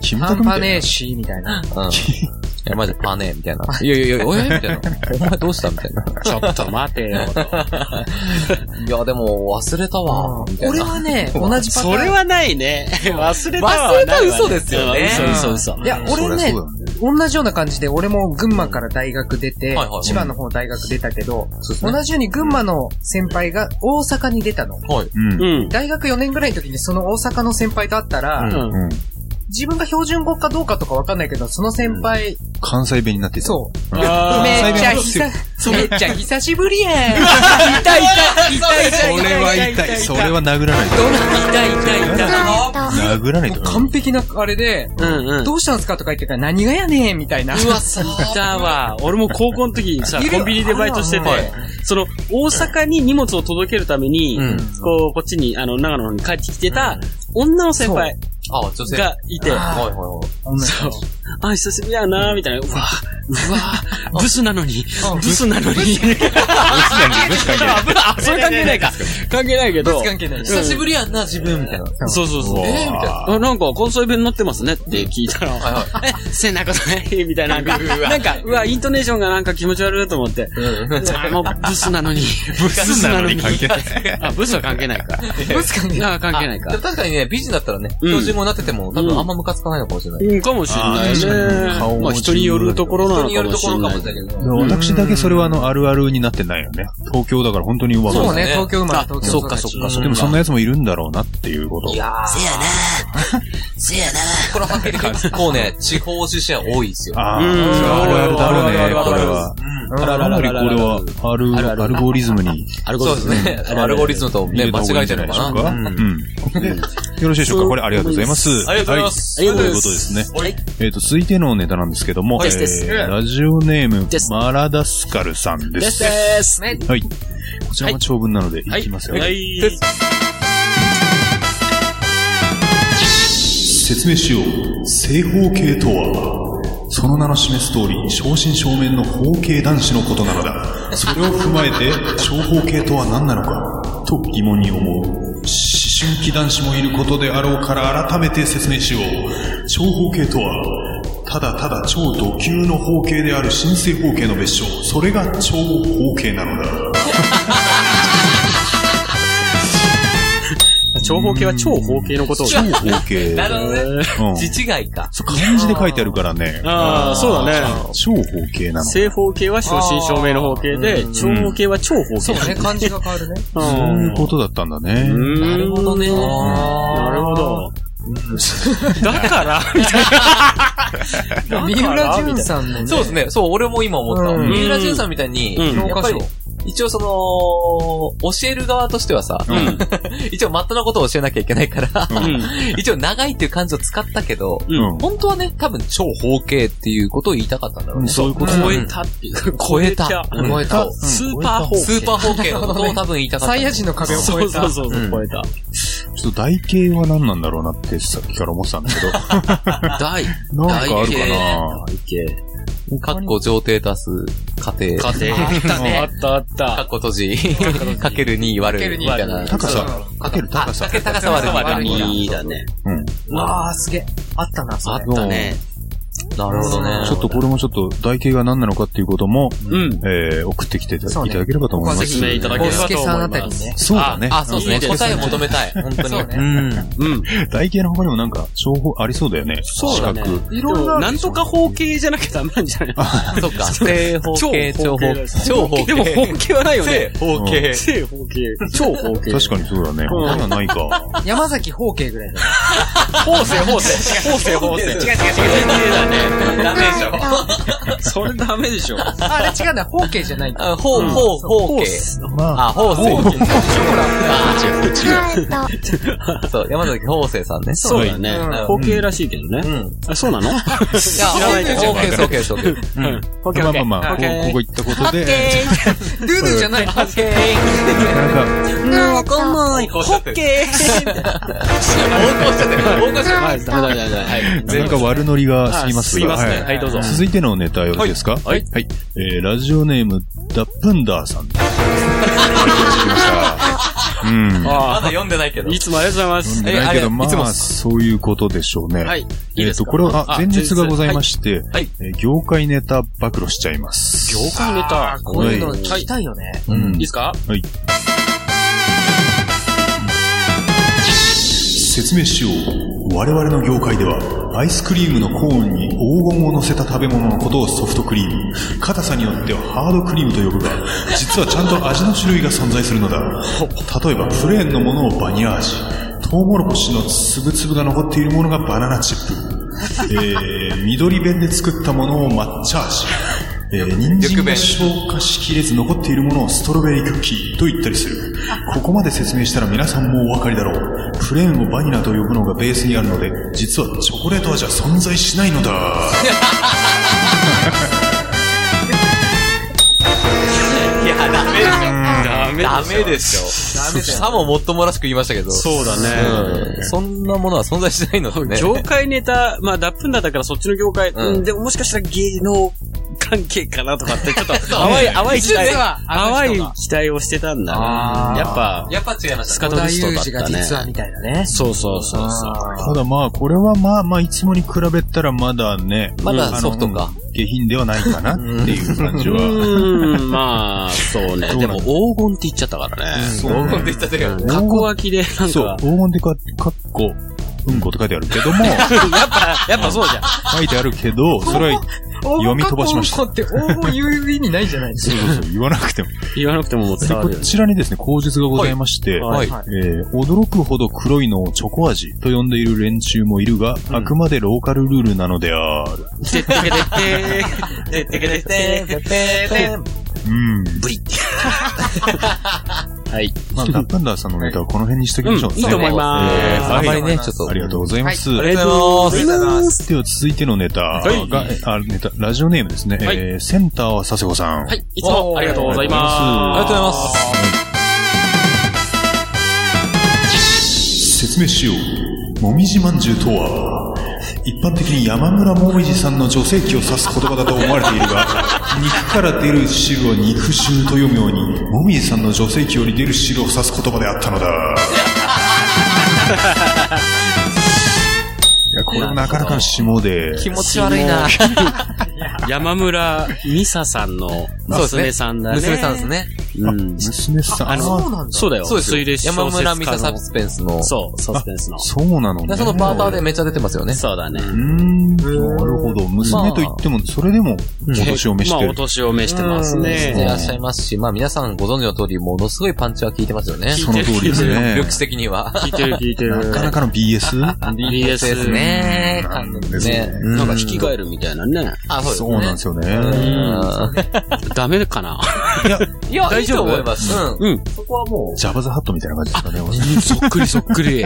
[SPEAKER 3] キム
[SPEAKER 5] ハ
[SPEAKER 3] タ
[SPEAKER 5] ン
[SPEAKER 3] クみ
[SPEAKER 5] パ
[SPEAKER 3] たいな
[SPEAKER 5] ネーシーみたいな。
[SPEAKER 4] うん。いや、マジでパネみたいな。いやいやいや、えみたいな。お前どうしたみたいな。
[SPEAKER 6] ちょっと待てよ。
[SPEAKER 4] いや、でも忘れたわ、みたい
[SPEAKER 5] 俺
[SPEAKER 4] な。
[SPEAKER 5] はね、同じパターン。
[SPEAKER 6] それはないね。 忘れたわ。
[SPEAKER 4] 忘れた嘘ですよね
[SPEAKER 6] うん嘘嘘嘘。
[SPEAKER 5] いや、俺ね、同じような感じで、俺も群馬から大学出て、
[SPEAKER 4] はいはい
[SPEAKER 5] 千葉の方大学出たけど、同じように群馬の先輩が大阪に出たの。
[SPEAKER 4] はい。
[SPEAKER 3] うん。
[SPEAKER 6] う。
[SPEAKER 3] うん
[SPEAKER 5] 大学4年ぐらいの時にその大阪の先輩と会ったら、
[SPEAKER 4] うん
[SPEAKER 6] うん。
[SPEAKER 3] ん。
[SPEAKER 5] 自分が標準語かどうかとかわかんないけど、その先輩、
[SPEAKER 3] 関西弁になってた。
[SPEAKER 5] そう。
[SPEAKER 6] あー
[SPEAKER 5] めっちゃ久、めっちゃ 久しぶりやん。痛い痛い痛い痛い。
[SPEAKER 3] それは痛い。それは殴らない
[SPEAKER 5] どん痛い痛い痛い。
[SPEAKER 3] と。殴らないと。
[SPEAKER 5] 完璧なあれで、
[SPEAKER 6] うんうん。
[SPEAKER 5] どうしたんすかとか言ってから何がやねんみたいな。
[SPEAKER 6] う わ、そうだわ。俺も高校の時にさ、
[SPEAKER 5] いる
[SPEAKER 6] コンビニでバイトしてて
[SPEAKER 5] はい、
[SPEAKER 6] その、大阪に荷物を届けるために
[SPEAKER 4] うん、
[SPEAKER 6] こう、こっちに、あの、長野の方に帰ってきてた、女の先輩
[SPEAKER 4] あ、女性。
[SPEAKER 6] がいて、
[SPEAKER 4] はい
[SPEAKER 6] あ、
[SPEAKER 4] はいはい。
[SPEAKER 6] 久しぶりやなみたいな、うわ、うわ、ブスなのに、ブスなのに。ブスなのに、 あ、それ関係ないか。関係ないけど、
[SPEAKER 5] 関係ない。
[SPEAKER 4] 久しぶりやんな、自分、みたいな。
[SPEAKER 6] そうそうそう。
[SPEAKER 4] えーみたいな。
[SPEAKER 6] あ、なんか、関西弁になってますねって聞いたら、
[SPEAKER 4] は
[SPEAKER 6] え、そんなことないみたい な、なんか、なんか、うわ、イントネーションがなんか気持ち悪いと思って、あもうブスなのに、ブスなのに関係ない。あ、ブスは関係ないか。
[SPEAKER 5] ブス関係ない。
[SPEAKER 6] あ、関係ない
[SPEAKER 4] で
[SPEAKER 6] か
[SPEAKER 4] も。確かにね、美人だったらね、
[SPEAKER 6] うん
[SPEAKER 4] 標準語になってても、多分あんまムカつかないのかもしれない。
[SPEAKER 6] うん、かもしれない
[SPEAKER 3] あー確か
[SPEAKER 6] ね
[SPEAKER 3] に顔。
[SPEAKER 6] まあ、人によるところな
[SPEAKER 4] 人
[SPEAKER 6] の
[SPEAKER 4] によ
[SPEAKER 6] か
[SPEAKER 4] る
[SPEAKER 6] も
[SPEAKER 4] と
[SPEAKER 6] し
[SPEAKER 4] こ
[SPEAKER 6] れ
[SPEAKER 4] ろか
[SPEAKER 6] な
[SPEAKER 4] も
[SPEAKER 6] い
[SPEAKER 4] し。れないけど。
[SPEAKER 3] 私だけそれはあの、あるあるになってないよね。東京だから本当にわか
[SPEAKER 5] そ
[SPEAKER 3] る
[SPEAKER 5] うね、東京生まれ、東京
[SPEAKER 6] そっかそっか
[SPEAKER 5] そ
[SPEAKER 3] でもそんな奴もいるんだろうなっていうこと。
[SPEAKER 4] いやー、
[SPEAKER 8] せやなせやな
[SPEAKER 4] これはっきり言うと結構ね、地方出身は多いですよ。
[SPEAKER 3] ああ、
[SPEAKER 6] うん
[SPEAKER 3] あるあるだろう
[SPEAKER 6] ある
[SPEAKER 3] ね、
[SPEAKER 6] ある
[SPEAKER 3] これは。
[SPEAKER 6] あら
[SPEAKER 3] からな
[SPEAKER 6] ら
[SPEAKER 3] り
[SPEAKER 6] ら
[SPEAKER 3] こ
[SPEAKER 6] ら
[SPEAKER 3] れは、ある、
[SPEAKER 6] ある
[SPEAKER 3] アルゴリズムに
[SPEAKER 4] そうですね。アルゴリズムとね、
[SPEAKER 3] 入れた
[SPEAKER 4] 間
[SPEAKER 3] 方がい
[SPEAKER 4] 違
[SPEAKER 3] い
[SPEAKER 4] え
[SPEAKER 3] んじ
[SPEAKER 4] て
[SPEAKER 3] ゃな
[SPEAKER 4] るのか
[SPEAKER 3] いでしょ
[SPEAKER 4] な。
[SPEAKER 3] うか。うん。でよろしいでしょうかこれありがとうございます。
[SPEAKER 4] ありがとうございます
[SPEAKER 3] は
[SPEAKER 6] ありが
[SPEAKER 3] と
[SPEAKER 6] と
[SPEAKER 3] いう
[SPEAKER 6] うご
[SPEAKER 3] こ
[SPEAKER 6] ざ
[SPEAKER 3] と
[SPEAKER 6] い
[SPEAKER 3] で
[SPEAKER 6] ます
[SPEAKER 3] ね。
[SPEAKER 4] はい
[SPEAKER 3] えっと、続いてのネタなんですけども、え
[SPEAKER 6] ですです
[SPEAKER 3] ーラジオネーム
[SPEAKER 6] で、す
[SPEAKER 3] マラダスカルさんで
[SPEAKER 6] ですす。です。はい。
[SPEAKER 3] はい。こちらも長文なので、いきますよ。説明しよう正方形とはその名の示す通り正真正面の方形男子のことなのだそれを踏まえて正方形とは何なのかと疑問に思う思春期男子もいることであろうから改めて説明しよう正方形とはただただ超ド級の方形である新正方形の別称それが超方形なのだ
[SPEAKER 6] 長方形は超方形のことを。
[SPEAKER 3] 超方形
[SPEAKER 4] なるほどね。
[SPEAKER 3] うん
[SPEAKER 4] 地違いか。
[SPEAKER 3] そう漢字で書いてあるからね
[SPEAKER 6] ああ、そうだね。
[SPEAKER 3] 超方形なの
[SPEAKER 6] 正方形は正真正銘の方形で、長方形は超方形。
[SPEAKER 5] うね、漢字が変わるね。
[SPEAKER 6] う
[SPEAKER 3] そうい
[SPEAKER 6] ん
[SPEAKER 3] うことだったんだね。
[SPEAKER 6] なるほどね。なるほど。だから、みたいな。
[SPEAKER 5] 三浦淳さんのね、
[SPEAKER 4] そうですね。そう、俺も今思った。
[SPEAKER 5] うん
[SPEAKER 4] 三浦淳さんみたいに、
[SPEAKER 6] うん
[SPEAKER 4] やっぱり、一応その、教える側としてはさ、 一応マットなことを教えなきゃいけないから、
[SPEAKER 6] ん
[SPEAKER 4] 一応長いっていう漢字を使ったけど、
[SPEAKER 6] うん
[SPEAKER 3] うん
[SPEAKER 4] 本当はね、多分超方形っていうことを言いたかったんだろうね。
[SPEAKER 3] そういうこと
[SPEAKER 6] 超えたっていう。
[SPEAKER 4] 超えた。
[SPEAKER 6] うん
[SPEAKER 4] 超えた。
[SPEAKER 6] スーパー方形。
[SPEAKER 4] スーパー方形のことを多分言いたかった。
[SPEAKER 5] サイヤ人の壁を越え
[SPEAKER 6] そう
[SPEAKER 5] た。
[SPEAKER 6] そうそう
[SPEAKER 4] う
[SPEAKER 6] そ
[SPEAKER 4] ん
[SPEAKER 6] う、超えた。
[SPEAKER 3] ちょっと台形は何なんだろうなってさっきから思ってたんだけど。
[SPEAKER 4] 大。
[SPEAKER 3] なんかあるかな
[SPEAKER 4] かっこ上帝足す過程。
[SPEAKER 6] 家庭。あったね。あったあっ
[SPEAKER 4] か
[SPEAKER 6] た。
[SPEAKER 4] っこ閉じ。かける2割
[SPEAKER 5] かける
[SPEAKER 4] る
[SPEAKER 5] 2
[SPEAKER 4] みたいな。
[SPEAKER 3] 高さ、かける
[SPEAKER 4] あ、
[SPEAKER 3] 高さ
[SPEAKER 4] か。け高さ割る2
[SPEAKER 5] 割る
[SPEAKER 4] だ。
[SPEAKER 6] だね。
[SPEAKER 3] うん。
[SPEAKER 5] わあ、すげえ。あったな、それ。
[SPEAKER 6] だね。
[SPEAKER 4] なるほどね。
[SPEAKER 3] ちょっとこれもちょっと、台形が何なのかっていうことも、
[SPEAKER 6] うん。
[SPEAKER 3] えー、送ってきていた
[SPEAKER 5] そう
[SPEAKER 3] い
[SPEAKER 5] ね
[SPEAKER 3] ただければと思います。
[SPEAKER 6] ご説明いただければと思います。
[SPEAKER 5] 大助さんあたりね
[SPEAKER 3] そうだね。
[SPEAKER 4] あ、そうですね。
[SPEAKER 6] いいですね
[SPEAKER 4] 答えを求めたい。本当に。
[SPEAKER 5] そうね
[SPEAKER 4] ん。
[SPEAKER 6] うん。
[SPEAKER 3] 台形の他にもなんか、情報ありそうだよね。
[SPEAKER 6] そうだね
[SPEAKER 3] 四角。
[SPEAKER 5] い
[SPEAKER 6] で
[SPEAKER 5] ろん
[SPEAKER 6] も
[SPEAKER 5] な。
[SPEAKER 6] なんとか方形じゃなきゃダメなんじゃない
[SPEAKER 4] そっか。正方形、
[SPEAKER 6] 超
[SPEAKER 4] 長
[SPEAKER 6] 方
[SPEAKER 4] 方
[SPEAKER 6] 形
[SPEAKER 4] 形。長方形。
[SPEAKER 6] でも方形はないよね。
[SPEAKER 4] 方
[SPEAKER 3] 形
[SPEAKER 4] 形。
[SPEAKER 6] 正方形。超方形。
[SPEAKER 3] 確かにそうだね。
[SPEAKER 6] うん
[SPEAKER 3] 他にはないか。
[SPEAKER 5] 山崎方形ぐらいだね。
[SPEAKER 6] 方正方正。方正方正。違う違う違う。違うだね。ダメでしょ。それダメでしょ。
[SPEAKER 5] あれ違うんだ、方形じゃ ないんだ。
[SPEAKER 4] あ方、方、方形。
[SPEAKER 3] まあ、
[SPEAKER 4] あ、方正。
[SPEAKER 11] 帰った。
[SPEAKER 4] そう、山崎方正さんね。
[SPEAKER 6] そうだね。方形らしいけどね。
[SPEAKER 4] うん。
[SPEAKER 6] あ、そうなの
[SPEAKER 4] いや、
[SPEAKER 6] 知らないけど
[SPEAKER 4] 方形、方形、方形。
[SPEAKER 6] うん。
[SPEAKER 3] まあまあまあ、こ
[SPEAKER 6] OK
[SPEAKER 3] うここ行ったことで、
[SPEAKER 5] ドゥドゥじゃない。方形。
[SPEAKER 3] なんか、
[SPEAKER 11] わかんない。
[SPEAKER 4] 方向しちゃってる。方向しちゃってる。方向しちゃっ
[SPEAKER 6] はい、ダメダメダメダメ。はい。
[SPEAKER 3] なんか悪ノリが過ぎます
[SPEAKER 6] あすいませんはいどうぞ
[SPEAKER 3] 続いてのネタよろしいですかはいい。はい。えー、ラジオネーム、ダップンダー さん。来ました。うん。
[SPEAKER 4] まだ
[SPEAKER 6] あ
[SPEAKER 4] 読んでないけど
[SPEAKER 6] あ、。いつもありがとうございます。
[SPEAKER 3] だけ
[SPEAKER 4] えあれ
[SPEAKER 3] ど、ま
[SPEAKER 4] いつもっ
[SPEAKER 3] あ、そういうことでしょうね。
[SPEAKER 6] はい。いい
[SPEAKER 3] え
[SPEAKER 6] で
[SPEAKER 3] っ
[SPEAKER 6] す
[SPEAKER 3] と、
[SPEAKER 6] か
[SPEAKER 3] これは、あ前日がございま
[SPEAKER 6] し
[SPEAKER 3] して
[SPEAKER 6] はい、
[SPEAKER 3] えー業界ネタ暴露しちゃいます。
[SPEAKER 6] た。業界ネタ。
[SPEAKER 5] こういうの聞きたいよね。
[SPEAKER 3] うん
[SPEAKER 6] いいですか
[SPEAKER 3] 説明しよう我々の業界ではアイスクリームのコーンに黄金を乗せた食べ物のことをソフトクリーム硬さによってはハードクリームと呼ぶが実はちゃんと味の種類が存在するのだ例えばプレーンのものをバニラ味トウモロコシの粒々が残っているものがバナナチップえー、緑弁で作ったものを抹茶味えー、人参が消化しきれず残っているものをストロベリークッキーと言ったりする。ここまで説明したら皆さんもお分かりだろう。プレーンをバニラと呼ぶのがベースにあるので、実はチョコレート味は存在しないのだ。
[SPEAKER 4] いや、ダメでしょ。
[SPEAKER 6] ダメ
[SPEAKER 4] ダメでしょ。さももっともらしく言いましたけど。
[SPEAKER 6] そうだね。
[SPEAKER 4] うんそんなものは存在しないのでね。
[SPEAKER 6] 業界ネタ、まあ、ダップンダーだからそっちの業界、
[SPEAKER 4] うん
[SPEAKER 6] うんでももしかしたら芸能関係かなとかって、ちょっ と、淡い、淡い期待
[SPEAKER 5] 実は、あの
[SPEAKER 6] 淡い
[SPEAKER 5] 人が
[SPEAKER 6] 期待をしてたんだ
[SPEAKER 4] あ
[SPEAKER 6] な。
[SPEAKER 4] ー
[SPEAKER 6] やっぱ、
[SPEAKER 4] やっぱ違いまし
[SPEAKER 6] ス
[SPEAKER 4] た
[SPEAKER 6] カト
[SPEAKER 4] ね。
[SPEAKER 5] 小田
[SPEAKER 6] リス
[SPEAKER 5] 裕
[SPEAKER 6] ト
[SPEAKER 5] 二
[SPEAKER 6] だ
[SPEAKER 5] が
[SPEAKER 6] ったね。
[SPEAKER 5] 実はみたいなね。
[SPEAKER 6] そうそうそうそう。
[SPEAKER 3] ただまあ、これはまあまあ、いつもに比べたらまだね、
[SPEAKER 4] まだ
[SPEAKER 3] あの
[SPEAKER 4] ソフトか。
[SPEAKER 3] 下品ではないかなっていう感じ
[SPEAKER 6] う
[SPEAKER 3] は。
[SPEAKER 6] ーん、まあ、そうね。
[SPEAKER 3] どう
[SPEAKER 6] で
[SPEAKER 3] なんだ
[SPEAKER 6] も黄金って言っちゃったからね。
[SPEAKER 3] そう
[SPEAKER 4] 黄金って言っちゃったけど。
[SPEAKER 6] 過去書きで、なん
[SPEAKER 3] そう
[SPEAKER 6] か、、
[SPEAKER 3] 黄金でか、かっこ、うんこって書いてあるけども、
[SPEAKER 6] やっぱ、やっぱそうじゃん。
[SPEAKER 3] 書いてあるけ ど、それは読み飛ばしました
[SPEAKER 5] 黄金って黄金言う意味ないじゃないです
[SPEAKER 3] そう そうそう、言わなくても。
[SPEAKER 6] 言わなくてももう伝わ
[SPEAKER 3] こ
[SPEAKER 6] るよね。
[SPEAKER 3] ちらにですね、口述がございまして、
[SPEAKER 4] はい。
[SPEAKER 3] えー驚くほど黒いのをチョコ味と呼んでいる連中もいるが、あくまでローカルルールなのである。
[SPEAKER 6] てってけてってー。てってけてってー。
[SPEAKER 3] うん。
[SPEAKER 6] ブリ。はい。
[SPEAKER 3] まあ、ダップンダーさんのネタはこの辺にしときましょう。
[SPEAKER 6] うんいいと思います
[SPEAKER 3] えー
[SPEAKER 4] あんま
[SPEAKER 3] は
[SPEAKER 4] り
[SPEAKER 3] い。
[SPEAKER 4] ね、ちょっと。
[SPEAKER 3] ありがとうございます。
[SPEAKER 6] ありがとうございます。
[SPEAKER 3] では続いてのネタが、
[SPEAKER 6] はい
[SPEAKER 3] あネタラジオネームですね、
[SPEAKER 6] はい
[SPEAKER 3] えーセンターは佐世子さん。
[SPEAKER 6] はい。いつもありがとうございます。
[SPEAKER 4] ありがとうございます。
[SPEAKER 3] 説明しよう。もみじまんじゅうとは、一般的に山村もみじさんの女性器を指す言葉だと思われているが、肉から出る汁を肉汁と読むように、もみじさんの女性器より出る汁を指す言葉であったのだ。いや、これもなかなかの霜で、
[SPEAKER 4] 気持ち悪いな。
[SPEAKER 6] 山村美沙さんの娘さんだね。
[SPEAKER 4] 娘さんですね。
[SPEAKER 6] うん。
[SPEAKER 3] 娘さん、
[SPEAKER 6] あ
[SPEAKER 3] あ
[SPEAKER 6] の、そうだよ。
[SPEAKER 4] そうです
[SPEAKER 6] 推理小
[SPEAKER 4] よ。
[SPEAKER 6] 説家
[SPEAKER 4] 山
[SPEAKER 6] の
[SPEAKER 4] 村美沙サスペンスの。
[SPEAKER 6] そう、サスペンスの。
[SPEAKER 3] そうなのね。
[SPEAKER 4] でそのパーターでめっちゃ出てますよね。
[SPEAKER 6] そうだね。
[SPEAKER 3] うーん、なるほど。娘と言っても、それでも、お年を召し
[SPEAKER 6] まあ、
[SPEAKER 3] て
[SPEAKER 6] お
[SPEAKER 3] る。
[SPEAKER 6] 年を召してます
[SPEAKER 4] い
[SPEAKER 6] ね。
[SPEAKER 4] らっしゃいますし、まあ皆さんご存知の通り、ものすごいパンチは効いてますよね。
[SPEAKER 3] その通りですね
[SPEAKER 4] 緑。地的には。
[SPEAKER 6] 聞いてる聞いてる。
[SPEAKER 3] なかなかの BS?
[SPEAKER 6] BS
[SPEAKER 4] です。ね。
[SPEAKER 3] なん
[SPEAKER 4] 感
[SPEAKER 3] で
[SPEAKER 4] じ
[SPEAKER 3] すね
[SPEAKER 4] ね。
[SPEAKER 6] なんか引き換えるみたいなね。
[SPEAKER 4] あ、そうです
[SPEAKER 3] そうなんですよね。
[SPEAKER 4] ね。
[SPEAKER 6] ダメかな
[SPEAKER 4] うんいや、
[SPEAKER 6] 大
[SPEAKER 4] 大
[SPEAKER 6] 丈
[SPEAKER 4] 丈
[SPEAKER 6] 夫
[SPEAKER 4] 夫思います。うん。
[SPEAKER 6] うん。
[SPEAKER 4] そこはも
[SPEAKER 3] ジャバザハットみたいな感じですかね。
[SPEAKER 6] そっくりそっくり。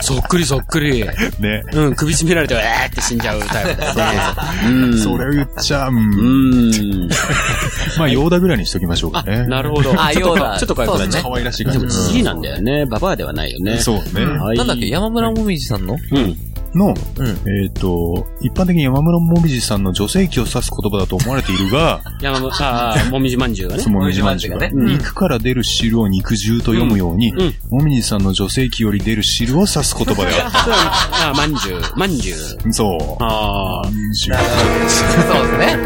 [SPEAKER 6] そっくりそっくり。
[SPEAKER 3] ね。
[SPEAKER 6] うん、首絞められて、えーって死んじゃうタイプだよね。
[SPEAKER 3] それを言っちゃう。うん
[SPEAKER 6] うーん。
[SPEAKER 3] まあ、ヨーダぐらいにしときましょうかね。
[SPEAKER 6] なるほど。
[SPEAKER 4] あ
[SPEAKER 6] ちょっと
[SPEAKER 4] ようだ
[SPEAKER 6] ちょっとかわいくないう
[SPEAKER 4] そですね
[SPEAKER 3] 可愛らしい
[SPEAKER 6] で
[SPEAKER 3] 感
[SPEAKER 6] も、
[SPEAKER 3] じ。
[SPEAKER 6] じじいなんだよね。ババアではないよね。
[SPEAKER 3] そうね。
[SPEAKER 4] う、なんだっけ、山村もみじさんの
[SPEAKER 6] うん。
[SPEAKER 3] の、
[SPEAKER 4] うん
[SPEAKER 3] えっ、と、一般的に山室もみじさんの女性器を指す言葉だと思われているが、
[SPEAKER 6] 山本、ああ、もみじまんじゅうがね
[SPEAKER 3] そ。のもみじまんじゅうが、
[SPEAKER 4] もみ
[SPEAKER 6] じまんじゅうがねうん
[SPEAKER 3] 肉から出る汁を肉汁と読むように、
[SPEAKER 6] うん
[SPEAKER 3] もみじさんの女性器より出る汁を指す言葉であ
[SPEAKER 6] そうああ、まんじゅう。まんじゅう。
[SPEAKER 3] る。そう。
[SPEAKER 6] ああ、
[SPEAKER 4] そうですね。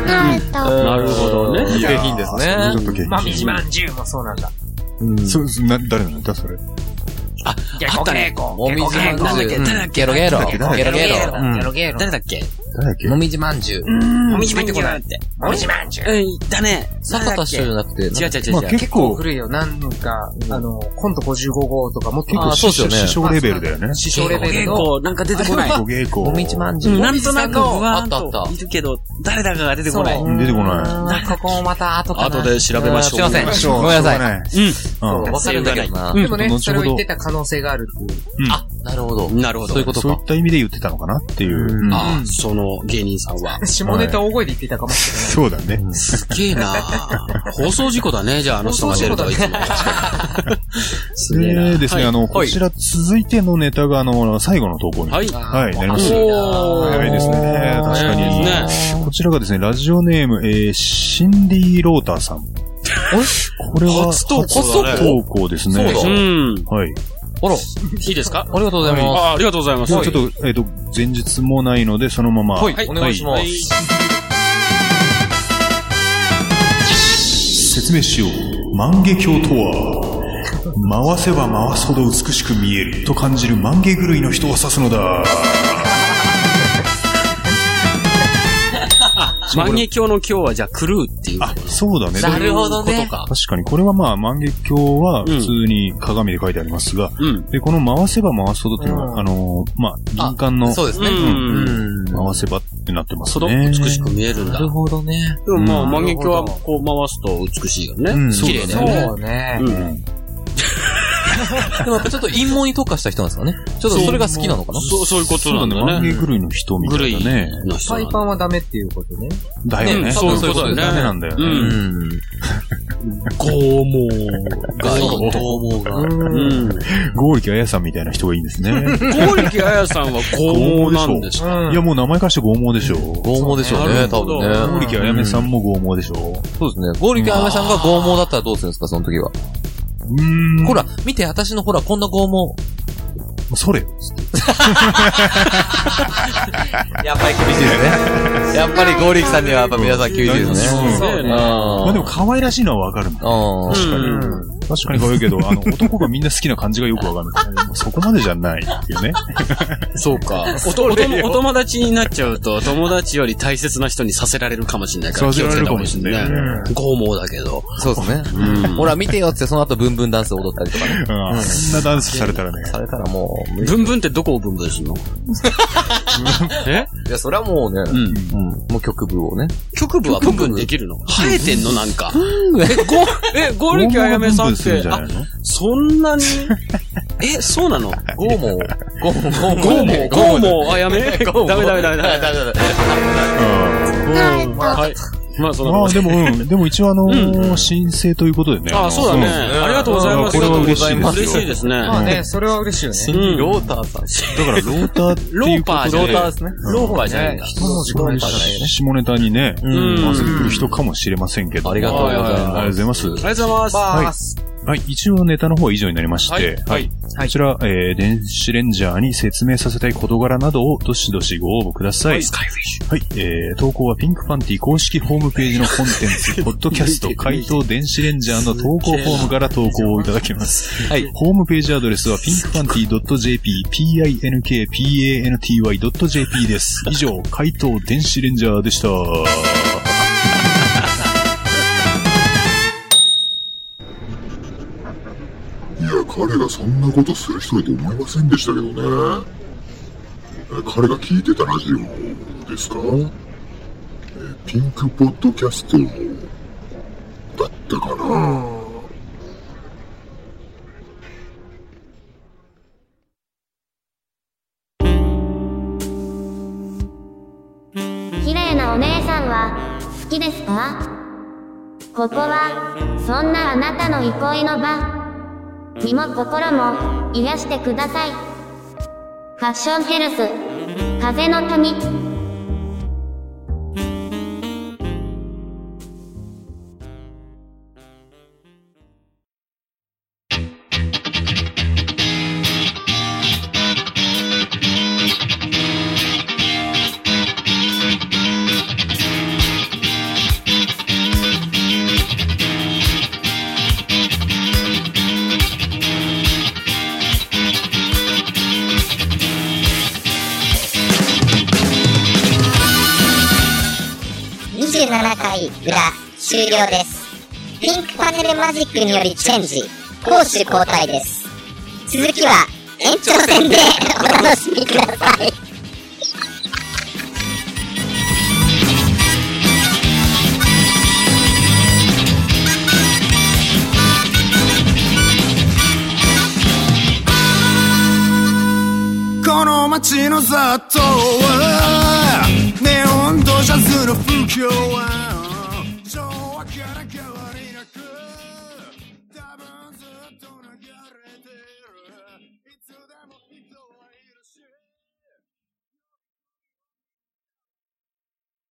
[SPEAKER 6] なるほどね。
[SPEAKER 3] いやー
[SPEAKER 9] 下品ですね
[SPEAKER 3] ちょっと下品。
[SPEAKER 5] まみじまんじゅうもそうなんだ。
[SPEAKER 3] そうそうな誰なんだ、それ。
[SPEAKER 5] ゲコゲコ。
[SPEAKER 4] もみじまんじゅう。うんゲロゲロ。ゲロゲロ。
[SPEAKER 3] うん
[SPEAKER 5] ゲロゲロ。
[SPEAKER 6] 誰だっけ
[SPEAKER 3] 誰だっけ
[SPEAKER 4] もみじまんじゅう。
[SPEAKER 6] もみじまんじゅうだって。
[SPEAKER 5] もみじまんじゅう。
[SPEAKER 6] うん、だね。
[SPEAKER 4] 坂田師匠じゃなくて、
[SPEAKER 6] 違う違う違
[SPEAKER 3] まあ
[SPEAKER 6] う違う。
[SPEAKER 3] 結構、
[SPEAKER 5] 古いよ。なんか、あの、コント55号とかも
[SPEAKER 3] 結
[SPEAKER 5] 結
[SPEAKER 4] あ
[SPEAKER 3] 構
[SPEAKER 4] ー
[SPEAKER 3] 師
[SPEAKER 4] そう
[SPEAKER 3] 匠、
[SPEAKER 4] ですよね
[SPEAKER 3] 師匠レベルだよね。
[SPEAKER 5] 師匠レベル
[SPEAKER 6] 結
[SPEAKER 5] の。
[SPEAKER 6] 構、なんか出てこない。
[SPEAKER 3] ご稽古。
[SPEAKER 4] もみじまんじ
[SPEAKER 6] う
[SPEAKER 4] ゅ
[SPEAKER 6] ん
[SPEAKER 4] う。
[SPEAKER 6] なんとなく、
[SPEAKER 4] あ
[SPEAKER 6] わー
[SPEAKER 4] っ
[SPEAKER 6] った
[SPEAKER 4] あった
[SPEAKER 6] と。いるけど、誰だかが出てこない。
[SPEAKER 3] うん出てこない。
[SPEAKER 5] い。ここもまた後かな。
[SPEAKER 6] で調
[SPEAKER 4] すいません。ごめんなさい。
[SPEAKER 3] うん。
[SPEAKER 4] わかるんだけどな。
[SPEAKER 5] でもね
[SPEAKER 3] う、ん
[SPEAKER 5] それを言ってた可能性があるっていう。
[SPEAKER 4] あ、なるほど。
[SPEAKER 6] なるほど
[SPEAKER 4] そういうこと
[SPEAKER 3] そうい
[SPEAKER 4] か
[SPEAKER 3] っ。た意味で言ってたのかなっていう。あ
[SPEAKER 6] ああ、その芸人さんは。
[SPEAKER 5] 下ネタ大声で言っていたかもしれない。
[SPEAKER 3] そうだね。
[SPEAKER 6] すげえな放送事故だね、じゃああの人が出るといつも。すげえな
[SPEAKER 3] でですね、あの、こちら続いてのネタが、あの、最後の投稿に。
[SPEAKER 6] はい。
[SPEAKER 3] はい、なります。
[SPEAKER 6] おー
[SPEAKER 3] 早いですね。確か
[SPEAKER 6] 早いで
[SPEAKER 3] に。こちらがですね、ラジオネーム、えー、シンディ・ローターさん。これは、初
[SPEAKER 6] 初投稿だね
[SPEAKER 3] 投稿ですね。
[SPEAKER 4] そう
[SPEAKER 6] う
[SPEAKER 4] だ
[SPEAKER 6] ん。
[SPEAKER 3] はい。
[SPEAKER 4] あら、
[SPEAKER 6] いいですか
[SPEAKER 4] ありがとうございます。
[SPEAKER 6] あありがとうございます。
[SPEAKER 3] もうちょっと、えっと、前日もないので、そのまま。
[SPEAKER 4] はい、お願いします。
[SPEAKER 3] 説明しよう。万華鏡とは、回せば回すほど美しく見えると感じる万華狂いの人を指すのだ。
[SPEAKER 6] 万華鏡の今日はじゃあ狂うっていう。
[SPEAKER 3] あ、そうだね。
[SPEAKER 4] なるほどね。
[SPEAKER 3] 確かに、これはまあ、万華鏡は普通に鏡で書いてありますが、
[SPEAKER 6] うん。
[SPEAKER 3] で、この回せば回すほどっていうのは、
[SPEAKER 5] うん
[SPEAKER 3] あのーまあ、敏感の、
[SPEAKER 4] そうですね。
[SPEAKER 6] うん
[SPEAKER 4] うん
[SPEAKER 3] 回せばってなってます
[SPEAKER 6] その
[SPEAKER 3] ね。
[SPEAKER 6] 美しく見えるんだ。で
[SPEAKER 4] ほどね。
[SPEAKER 6] もまあ、
[SPEAKER 3] うん
[SPEAKER 6] 万華鏡はこう回すと美しいよ
[SPEAKER 3] うん
[SPEAKER 6] ね。綺麗だよね。
[SPEAKER 5] そうね。
[SPEAKER 6] うん。
[SPEAKER 4] でもやっぱちょっと陰謀に特化した人なんですかね。ちょっとそれが好きなのかな
[SPEAKER 6] そう、そういうこと
[SPEAKER 3] そう
[SPEAKER 6] な
[SPEAKER 3] だ
[SPEAKER 6] ん
[SPEAKER 3] ね。
[SPEAKER 6] だよ
[SPEAKER 3] 万
[SPEAKER 6] ね。
[SPEAKER 3] 華狂いの人み
[SPEAKER 6] ぐ
[SPEAKER 3] た
[SPEAKER 6] る
[SPEAKER 3] い
[SPEAKER 6] い
[SPEAKER 3] だね。
[SPEAKER 6] の人
[SPEAKER 5] サイ
[SPEAKER 6] なん
[SPEAKER 5] パ
[SPEAKER 6] だ。
[SPEAKER 5] ンはダメっていうことね。
[SPEAKER 3] だよ
[SPEAKER 6] う
[SPEAKER 3] ね。
[SPEAKER 6] ん
[SPEAKER 3] そういうこと
[SPEAKER 6] そういうことだよね
[SPEAKER 3] ダメなんだよね。
[SPEAKER 6] うん
[SPEAKER 4] うん。
[SPEAKER 6] 拷問がいい。
[SPEAKER 4] そう
[SPEAKER 6] 拷問が。
[SPEAKER 5] ん。
[SPEAKER 3] 剛力彩さんみたいな人がいいんですね。
[SPEAKER 6] 剛力彩さんは剛毛なんですか
[SPEAKER 3] いや、もう名前からして剛毛でしょ。
[SPEAKER 4] 剛毛でしょう
[SPEAKER 6] な
[SPEAKER 4] ね、
[SPEAKER 6] る
[SPEAKER 4] 多
[SPEAKER 6] ほど
[SPEAKER 4] 分ね。
[SPEAKER 3] 剛力彩さんも剛毛でしょ。
[SPEAKER 4] そうですね。ゴーリキあやめさんが剛毛だったらどうするんですか、その時は。
[SPEAKER 3] うーん。
[SPEAKER 4] ほら、見て、私のほら、こんな剛毛。
[SPEAKER 3] それ。
[SPEAKER 4] やっぱり厳しいですね。やっぱりゴーリキさんにはやっぱ皆さん厳しいですね。
[SPEAKER 3] うん
[SPEAKER 6] そう
[SPEAKER 4] うん。
[SPEAKER 6] ね。
[SPEAKER 3] まあでも可愛らしいのはわかるもん。
[SPEAKER 4] うん。
[SPEAKER 6] 確かに。
[SPEAKER 3] 確かに可愛いけど、あの、男がみんな好きな感じがよくわかんない。そこまでじゃないっていうね。
[SPEAKER 6] そうか。おとおとお友達になっちゃうと、友達より大切な人にさせられるかもしれないから、
[SPEAKER 3] させ
[SPEAKER 6] 気を
[SPEAKER 3] ら
[SPEAKER 6] つけ
[SPEAKER 3] れる
[SPEAKER 6] た方
[SPEAKER 3] か
[SPEAKER 6] が
[SPEAKER 3] も
[SPEAKER 6] いい
[SPEAKER 3] し
[SPEAKER 6] で
[SPEAKER 3] れない
[SPEAKER 6] す
[SPEAKER 3] ね
[SPEAKER 6] ね。剛毛だけど。
[SPEAKER 4] そうですね。ほら、見てよっつって、その後、ブンブンダンス踊ったりとかね。
[SPEAKER 3] うん。あんなダンスされたらね。
[SPEAKER 4] されたらもう、
[SPEAKER 6] ブンブンってどこをブンブンするのえ
[SPEAKER 4] いや、それはもうね、
[SPEAKER 6] ん
[SPEAKER 4] うん。もう局部をね。
[SPEAKER 6] 局部はブンブンできるの生えてんのなんか。え、ご、え、剛
[SPEAKER 3] 剛
[SPEAKER 6] 力
[SPEAKER 3] 毛
[SPEAKER 6] あや
[SPEAKER 3] がブ
[SPEAKER 6] め
[SPEAKER 3] ン
[SPEAKER 6] さ
[SPEAKER 3] ブ
[SPEAKER 6] ん
[SPEAKER 3] ン
[SPEAKER 6] っ
[SPEAKER 3] するん
[SPEAKER 6] て
[SPEAKER 3] じゃ、ない
[SPEAKER 6] あ、
[SPEAKER 3] の
[SPEAKER 6] そんなに、え、そうなの
[SPEAKER 4] 剛毛、剛毛、
[SPEAKER 6] 剛毛、剛毛あやめダメダメダメダメ。
[SPEAKER 4] メ。
[SPEAKER 6] はい。まあ、そんな
[SPEAKER 3] ま
[SPEAKER 6] こ
[SPEAKER 3] あ
[SPEAKER 6] と
[SPEAKER 3] でも、うん。でも一応あのー、申請ということでね。
[SPEAKER 6] あ、そうだね。ありがとうございます。
[SPEAKER 3] これは嬉しいですよ
[SPEAKER 6] 嬉しいですね。
[SPEAKER 5] まあね、それは嬉しいよね。
[SPEAKER 6] うん
[SPEAKER 4] ローターさん。
[SPEAKER 3] だから、ローターって
[SPEAKER 6] ロ
[SPEAKER 3] いう
[SPEAKER 6] ー
[SPEAKER 3] こ
[SPEAKER 6] パーじゃ
[SPEAKER 4] ロ
[SPEAKER 6] ねえ
[SPEAKER 4] ーターですね。ローパーじゃないんだ。
[SPEAKER 5] 一文字超えたらね。
[SPEAKER 3] と、下ネタにね、
[SPEAKER 4] う
[SPEAKER 6] うん
[SPEAKER 3] 合わせてくる人かもしれませんけど。
[SPEAKER 4] ありがとうございます
[SPEAKER 3] はははありがとうございます。
[SPEAKER 6] ありがとうございます。
[SPEAKER 3] はい、一応ネタの方は以上になりまして、
[SPEAKER 6] はい。
[SPEAKER 3] こちら、えー、電子レンジャーに説明させたい事柄などをどしどしご応募ください。はい、えー、投稿はピンクパンティ公式ホームページのコンテンツ、ポッドキャスト、回答電子レンジャーの投稿フォームから投稿をいただけます。
[SPEAKER 4] はい
[SPEAKER 3] ホームページアドレスは pinkpanty.jp、pinkpanty.jp です。以上、回答電子レンジャーでした。
[SPEAKER 12] いや、彼がそんなことする人だと思いませんでしたけどね。え彼が聞いてたラジオですかえピンクポッドキャストだったかな
[SPEAKER 13] 綺麗なお姉さんは好きですかここはそんなあなたの憩いの場身も心も癒してくださいファッションヘルス風の谷
[SPEAKER 1] 27回裏終了ですピンクパネルマジックによりチェンジ攻守交代です続きは延長戦でお楽しみください
[SPEAKER 3] この eh? 街の雑踏はネオンとジャズの不況は eh?